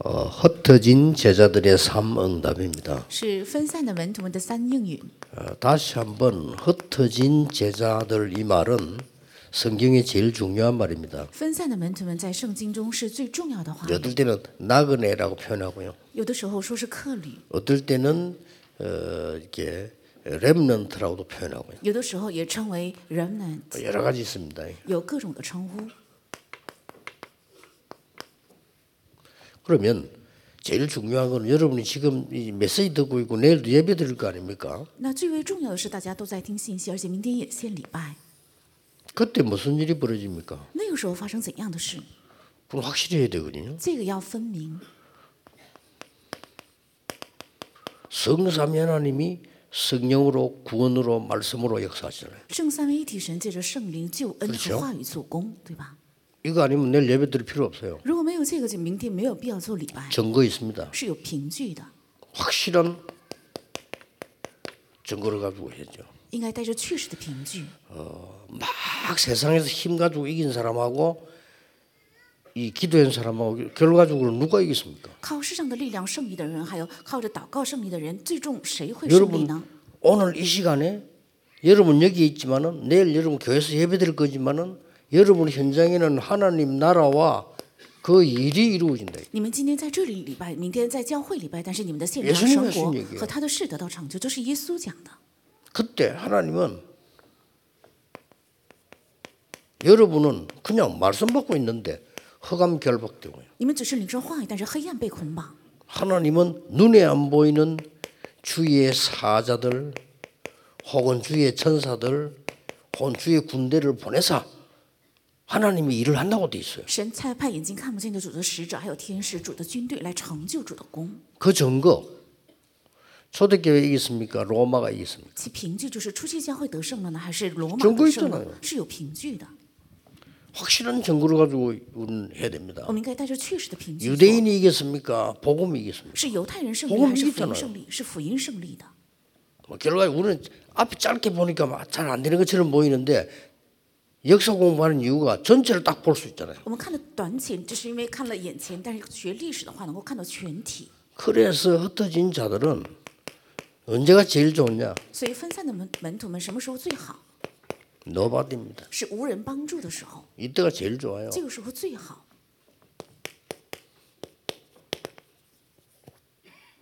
어, 흩어진 제자들의 삶 응답입니다. 是分散的门徒们的三应允。 어, 다시 한번 흩어진 제자들 이 말은 성경의 제일 중요한 말입니다. 分散的门徒们在圣经中是最重要的话语， 어떨 때는 나그네라고 표현하고요. 有的时候说是客旅， 어떨 때는 어, 이렇게 렘넌트라고도 표현하고요. 뭐 有的时候也称为 remnant， 여러 가지 있습니다. 有各种的称呼。 그러면 제일 중요한 건 여러분이 지금 이 메시지 듣고 있고 내일도 예배 드릴 거 아닙니까? 那最为重要的是，大家都在听信息，而且明天也献礼拜。 그때 무슨 일이 벌어집니까? 那个时候发生怎样的事， 그건 확실히 해야 되거든요. 这个要分明。 성삼위 하나님이 성령으로 구원으로 말씀으로 역사하시잖아요. 圣三位一体神借着圣灵救恩是和话语做工，对吧？ 이거 아니면 내일 예배 드릴 필요 없어요. 如果没有这个，就明天没有必要做礼拜， 증거 있습니다. 是有凭据的， 확실한 증거를 가지고 해야죠. 应该带着确实的凭据。 막 세상에서 힘 가지고 이긴 사람하고 이 기도한 사람하고 결과적으로 누가 이겼습니까? 靠世上的力量胜利的人，还有靠着祷告胜利的人，最终谁会胜利 여러분 呢？ 오늘 이 시간에 여러분 여기 있지만은 내일 여러분 교회에서 예배드릴 거지만은 여러분 현장에는 하나님 나라와 그 일이 이루어진다. 你们今天在这里礼拜，明天在教会礼拜，但是你们的现场 예수님의 生活 말씀이에요 和他的事得到成就，这是耶稣讲的。 그때 하나님은 여러분은 그냥 말씀 받고 있는데 허감 결박되고요. 你们只是领受话语，但是黑暗被捆绑。 하나님은 눈에 안 보이는 주의 사자들 혹은 주의 천사들 혹은 주의 군대를 보내사 하나님이 일을 한다고 돼 있어요. 神差派眼睛看不见的主的使者，还有天使、主的军队来成就主的功。 그 증거 초대교회 이겼습니까? 로마가 이겼습니까? 其凭据就是初期教会得胜了呢，还是罗马 정거 得 있잖아요 胜了？是有凭据的， 확실한 증거를 가지고 우리는 해야 됩니다. 我们应该带着确实的凭据说。 유대인이 이겼습니까? 복음이 이겼습니까? 是犹太人胜 복음 利还是 이기 福 잖아요 音胜利？是福音胜利的。 뭐 결과에 우리는 앞에 짧게 보니까 잘 안 되는 것처럼 보이는데 역사 공부하는 이유가 전체를 딱 볼 수 있잖아요. 我们看的短浅，就是因为看了眼前，但是学历史的话能够看到全体。 그래서 흩어진 자들은 언제가 제일 좋냐? 所以分散的门门徒们什么时候最好？ 노바디입니다. 是无人帮助的时候， 이때가 제일 좋아요. 这个时候最好。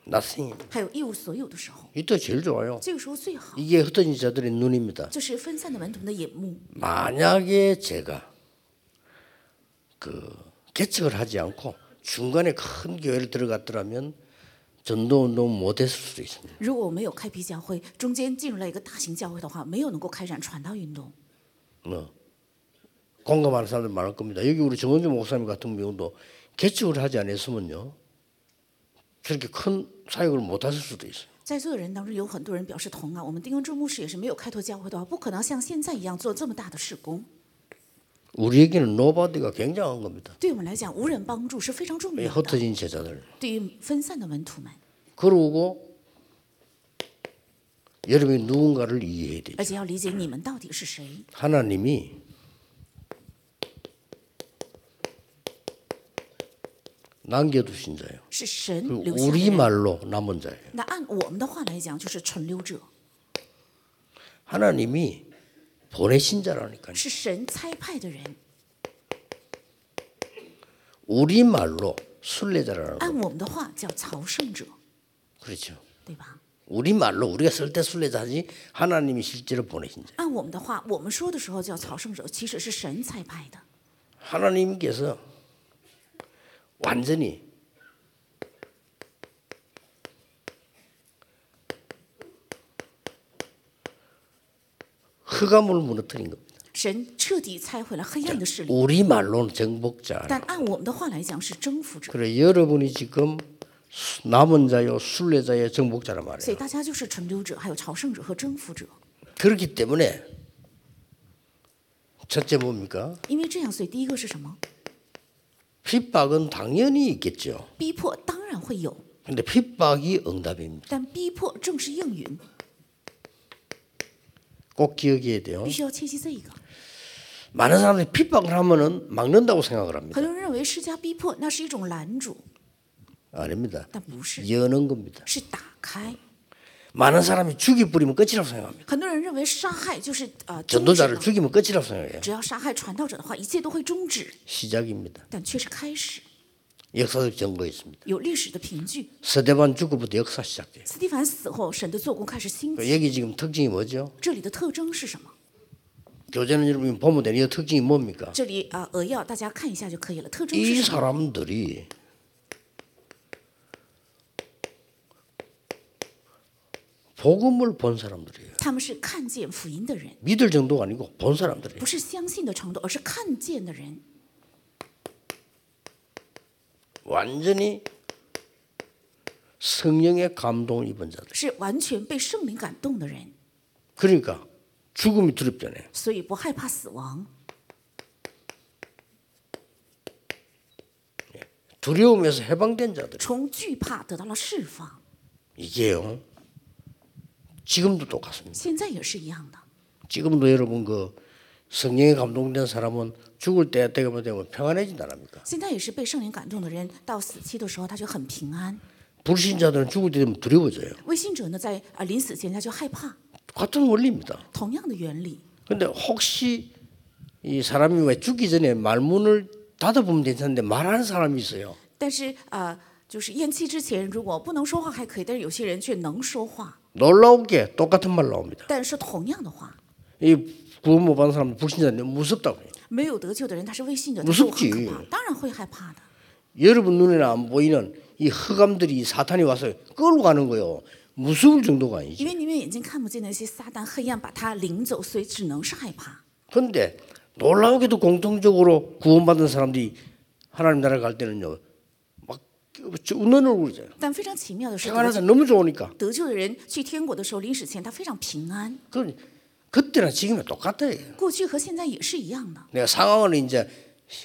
나싱입니다. 还有一无所有的时候， 이때 제일 좋아요. 这个时候最好。 이게 흩어진 자들의 눈입니다. 这是分散的门徒们的眼目。 만약에 제가 그 개척을 하지 않고 중간에 큰 교회를 들어갔더라면 전도 운동 못했을 수도 있습니다. 如果我没有开辟教会，中间进入了一个大型教会的话，没有能够开展传道运动。 어, 공감하는 사람들 많을 겁니다. 여기 우리 정원주 목사님 같은 경우도 개척을 하지 않았으면요. 그렇게 큰 사역을 못 하실 수도 있어요. 在座的人当中，有很多人表示同啊，我们丁恩柱牧师也是没有开拓教会的话，不可能像现在一样做这么大的事工。 우리에게는 노바디가 굉장한 겁니다. 对我们来讲，无人帮助是非常重 이 要的。 흩어진 제자들. 对于分散的门徒们， 그러고 여러분이 누군가를 이해해야 돼요. 而且要理解你们到底是谁。 하나님이 남겨두신 자예요. 是神 그 留下来 우리 的人。 말로 남은 자예요. 那按我们的话来讲，就是存留者， 하나님이 보내신 자라니까요. 是神差派的人。 우리 말로 순례자라는 거. 按我们的话叫朝圣者， 그렇죠. 对吧？ 우리 말로 우리가 쓸 때 순례자지 하나님이 실제로 보내신 자. 按我们的话，我们说的时候叫朝圣者，其实是神差派的。 하나님께서 완전히 흑암을 무너뜨린 겁니다. 神彻底拆毁了黑暗的势力， 우리 말로는 정복자. 但按我们的话来讲是征服者。 그래 여러분이 지금 수- 남은 자요 순례자의 정복자란 말이에요. 所以大家就是存留者，还有朝圣者和征服者。 그렇기 때문에 첫째 뭡니까? 因为这样，所以第一个是什么？ 핍박은 당연히 있겠죠. 逼迫当然会有， 근데 핍박이 응답입니다. 但逼迫正是应允， 꼭 기억해야 돼요. 必须要切记这一个。 많은 사람들이 핍박을 하면은 막는다고 생각을 합니다. 很多人认为施加逼迫那是一种拦阻， 아닙니다. 但不是， 여는 겁니다. 是打开。 많은 사람이 죽이 뿌리면 끝이라고 생각합니다. 很多人认为杀害就是呃终止 전도자를 了 죽이면 끝이라고 생각해요. 只要杀害传道者的话，一切都会终止， 시작입니다. 但却是开始， 역사적 증거 있습니다. 有历史的凭据。 스데반 죽고부터 역사 시작돼요. 斯蒂凡死后，神的做工开始兴起。 여기 지금 특징이 뭐죠? 这里的特征是什么？ 교재는 여러분 보면 되는 이 특징이 뭡니까? 这里啊、呃扼要大家看一下就可以了。特征 이 是什么？ 사람들이 복음을 본 사람들이에요. 他们是看见福音的人， 믿을 정도가 아니고 본 사람들이에요. 不是相信的程度，而是看见的人， 완전히 성령의 감동을 입은 자들. 是完全被圣灵感动的人， 그러니까 죽음이 두렵잖아요. 所以不害怕死亡。 두려움에서 해방된 자들. 从惧怕得到了释放， 이게요. 지금도 똑같습니다. 现在也是一样的。 지금도 여러분 그 성령에 감동된 사람은 죽을 때 때가 되면 평안해진다 합니까? 现在也是被圣灵感动的人，到死期的时候他就很平安。 불신자들은 죽을 때 되면 두려워져요. 微信者呢，在啊临死前他就害怕， 같은 원리입니다. 同样的原理。 근데 혹시 이 사람이 왜 죽기 전에 말문을 닫아보면 괜찮은데 말하는 사람이 있어요. 但是啊、呃就是咽气之前，如果不能说话还可以，但是有些人却能说话， 놀라운 게 똑같은 말 나옵니다. 但是同样的话， 이 구원 못 받은 사람 불신자는 무섭다고 해요. 没有得救的人他是微信者， 무섭 他说很 지 可怕，当然会害怕的。 여러분 눈에는 안 보이는 이 흑암들이 사탄이 와서 끌고 가는 거요. 무서울 정도가 因 아니지. 为你们眼睛看不见那些撒旦黑暗把他领走，所以只能是害怕。 근데 놀라우게도 공통적으로 구원받은 사람들이 하나님 나라 갈 때는요. 막 웃는 얼굴이잖아요. 但非常奇妙的是，得 생활하자 너무 좋으니까. 得救的人去天国的时候，临死前他非常平安。 그 그때나 지금이나 똑같아요. 过去和现在也是一样的， 내가 상황을 이제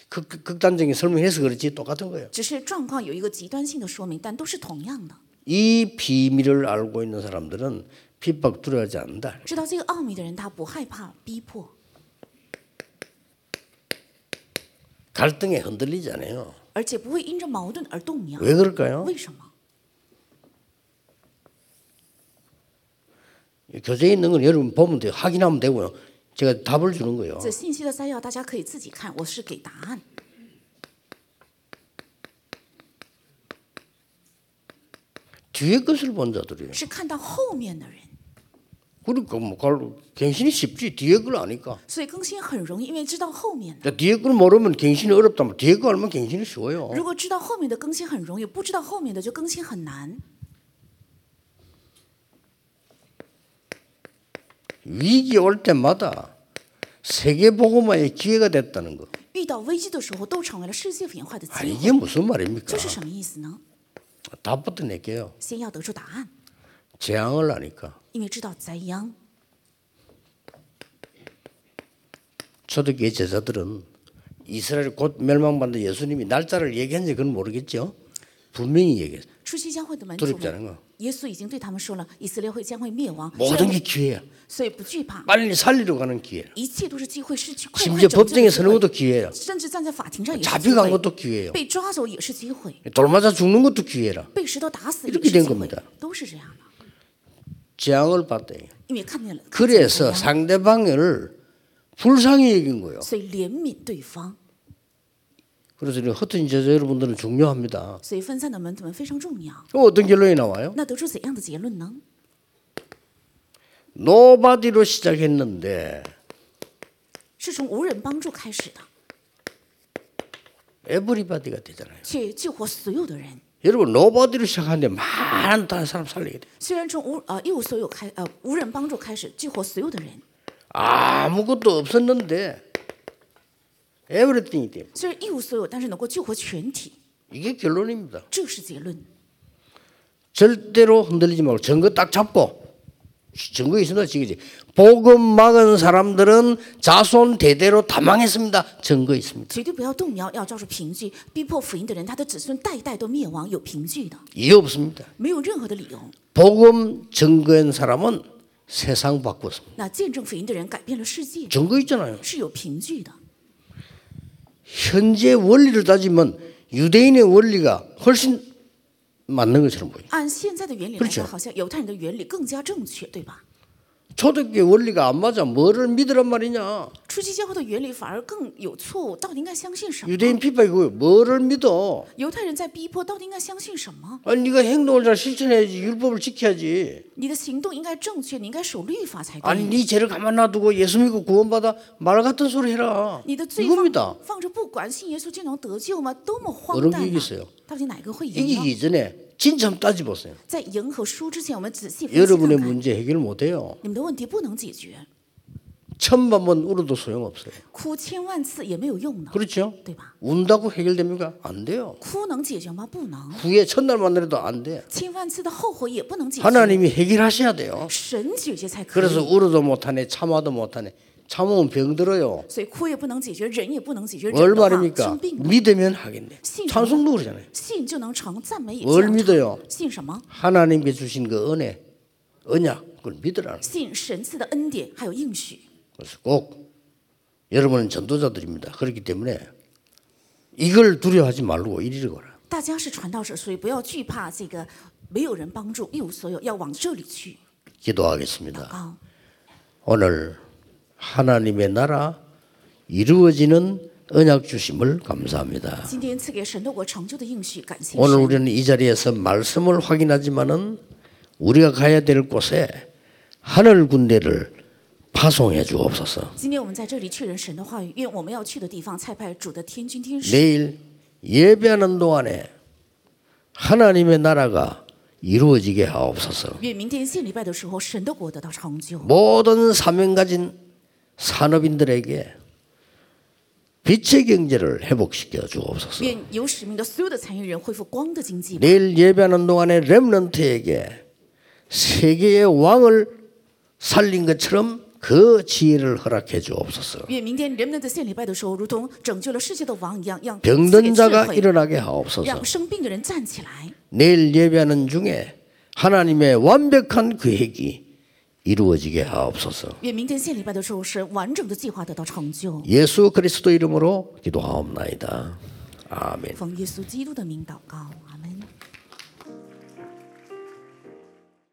극, 극- 극단적인 설명해서 그렇지 똑같은 거예요. 只是状况有一个极端性的说明，但都是同样的。 이 비밀을 알고 있는 사람들은 핍박 두려워하지 않는다. 知道这个奥秘的人，他不害怕逼迫， 갈등에 흔들리지 않아요. 而且不会因着矛盾而动摇。 왜 그럴까요? 为什么？ 교재에 있는 건 여러분 보면 돼요. 확인하면 되고요. 제가 답을 주는 거예요. 这信息的摘要大家可以自己看，我是给答案。 뒤에 것을 본 자들이에요. 是看到后面的人， 그러니까 뭐 갈- 갱신이 쉽지 뒤에 걸 아니까. 所以更新很容易，因为知道后面的。 그러니까 뒤에 걸 모르면 갱신이 어렵다면 뒤에 걸 알면 갱신이 쉬워요. 如果知道后面的更新很容易，不知道后面的就更新很难。 위기 올 때마다 세계 복음화의 기회가 됐다는 거. 遇到危机的时候，都成为了世界演化的机 아, 会。 이게 무슨 말입니까? 这是什么意思呢？ 답부터 낼게요. 先要得出答案， 재앙을 아니까. 因为知道灾殃。 초대교회 제자들은 이스라엘 곧 멸망받는 예수님이 날짜를 얘기했는지 그건 모르겠죠. 분명히 얘기했어. 初期教会的门徒 두렵지 않은 거们，耶稣已经对他们说了，以色列会将会灭亡， 모든 게 기회야. 所以不惧怕， 빨리 살리러 가는 기회. 一切都是机会，是去快快 심지어 拯救的 법정에 机 서는 会 것도 기회야. 甚至站在法庭上也是机 잡혀간 会， 것도 기회예요. 被抓走也是机会， 돌맞아 죽는 것도 기회라. 被石头打死 이렇 也 게 是 된 机会 겁니다 ，都是这样的。 재앙을 받대요. 因为看见了， 그래서 상대방을 불쌍히 여긴 거예요. 所以怜悯对方， 그래서 이 허튼 제자 여러분들은 중요합니다. 所以分散的门徒们非常重要。 그럼 어떤 결론이 나와요? 那得出怎样的结论呢？ 노바디로 시작했는데 是从无人帮助开始的， 에브리바디가 되잖아요. 去救活所有的人。 여러분 노바디로 시작하는데 많은 다른 사람 살리게 돼. 虽然从无呃一无所有开呃无人帮助开始救活所有的人， 아무것도 없었는데 에브리띵이 돼. 虽然一无所有，但是能够救活全体， 이게 결론입니다. 这是结论。 절대로 흔들리지 말고 증거 딱 잡고 증거 있습니다. 지금 복음 막은 사람들은 자손 대대로 다 망했습니다. 증거 있습니다. 绝对不要动摇，要抓住凭据。逼迫福音的人，他的子孙代代都灭亡，有凭据的， 이유 없습니다. 没有任何的理由。 복음 증거한 사람은 세상 바꿨습니다. 那见证福音的人改变了世界， 증거 있잖아요. 是有凭据的。 현재 원리를 따지면 유대인의 원리가 훨씬 맞는 것처럼 보여요. 按现在的原理来 그렇죠 看，好像犹太人的原理更加正确，对吧？ 초대교회 원리가 안 맞아. 뭐를 믿으란 말이냐? 初期教会的原理反而更有错误，到底应该相信什么？ 유대인 피파이 그거예요. 뭐를 믿어? 犹太人在逼迫，到底应该相信什么？ 아니 네가 행동을 잘 실천해야지. 율법을 지켜야지. 你的行动应该正确，你应该守律法才 아니 对。 네 죄를 가만 놔두고 예수 믿고 구원받아 말 같은 소리 해라. 你的罪放 이겁니다. 放着不管，信耶稣就能得救吗？多么荒 어느 诞 게이겼어요 啊！到底哪个会赢呢？ 이기기 전에 진짜 한번 따져보세요. 在赢和输之前，我们仔细分析看 여러분의 看， 문제 해결 못해요. 你们的问题不能解决， 천만 번 울어도 소용없어요. 哭千万次也没有用呢， 그렇죠? 对吧？ 운다고 해결됩니까? 안 돼요. 哭能解决吗？不能， 후에 첫날 만나도 안 돼. 千万次的后悔也不能解决， 하나님이 해결하셔야 돼요. 神解决才可 그래서 以。 울어도 못하네, 참아도 못하네. 참으면 병들어요. 所以哭也不能解决，忍也不能解决， 뭘 忍的话 말입니까? 生病了。 믿으면 하겠네. 신- 찬송도 그러잖아요. 信就能成，赞美也 뭘 降 믿어요? 信什么？ 하나님께 주신 그 은혜, 언약 그걸 믿으라. 는 信神赐的恩典还有应许。 그래서 꼭 여러분은 전도자들입니다. 그렇기 때문에 이걸 두려워하지 말고 이리거라. 大家是传道者，所以不要惧怕这个没有人帮助，一无所有，要往这里去 기도하겠습니다. 啊！ 오늘 하나님의 나라 이루어지는 언약 주심을 감사합니다. 今天赐给神的国成就的应许，感谢 오늘 神。 우리는 이 자리에서 말씀을 확인하지만은 우리가 가야 될 곳에 하늘 군대를 파송해 주옵소서. 今天我们在这里确认神的话语，愿我们要去的地方蔡派主的天君天使。 내일 예배하는 동안에 하나님의 나라가 이루어지게 하옵소서. 愿明天献礼拜的时候，神的国得到成就。 모든 사명 가진 산업인들에게 빛의 경제를 회복시켜 주옵소서. 愿有使命的所有的参与人恢复光的经济。 내일 예배하는 동안에 렘넌트에게 세계의 왕을 살린 것처럼 그 지혜를 허락해 주옵소서. 愿明天人们在献礼拜的时候，如同拯救了世界的王一样，让赐给 병든 智 자가 慧， 일어나게 하옵소서. 让生病的人站起来。 내일 예배하는 중에 하나님의 완벽한 계획이 이루어지게 하옵소서. 愿明天献礼拜的时候，神完整的计划得到成就。 예수 그리스도 이름으로 기도하옵나이다. 아멘. 奉耶稣基督的名祷告，阿门。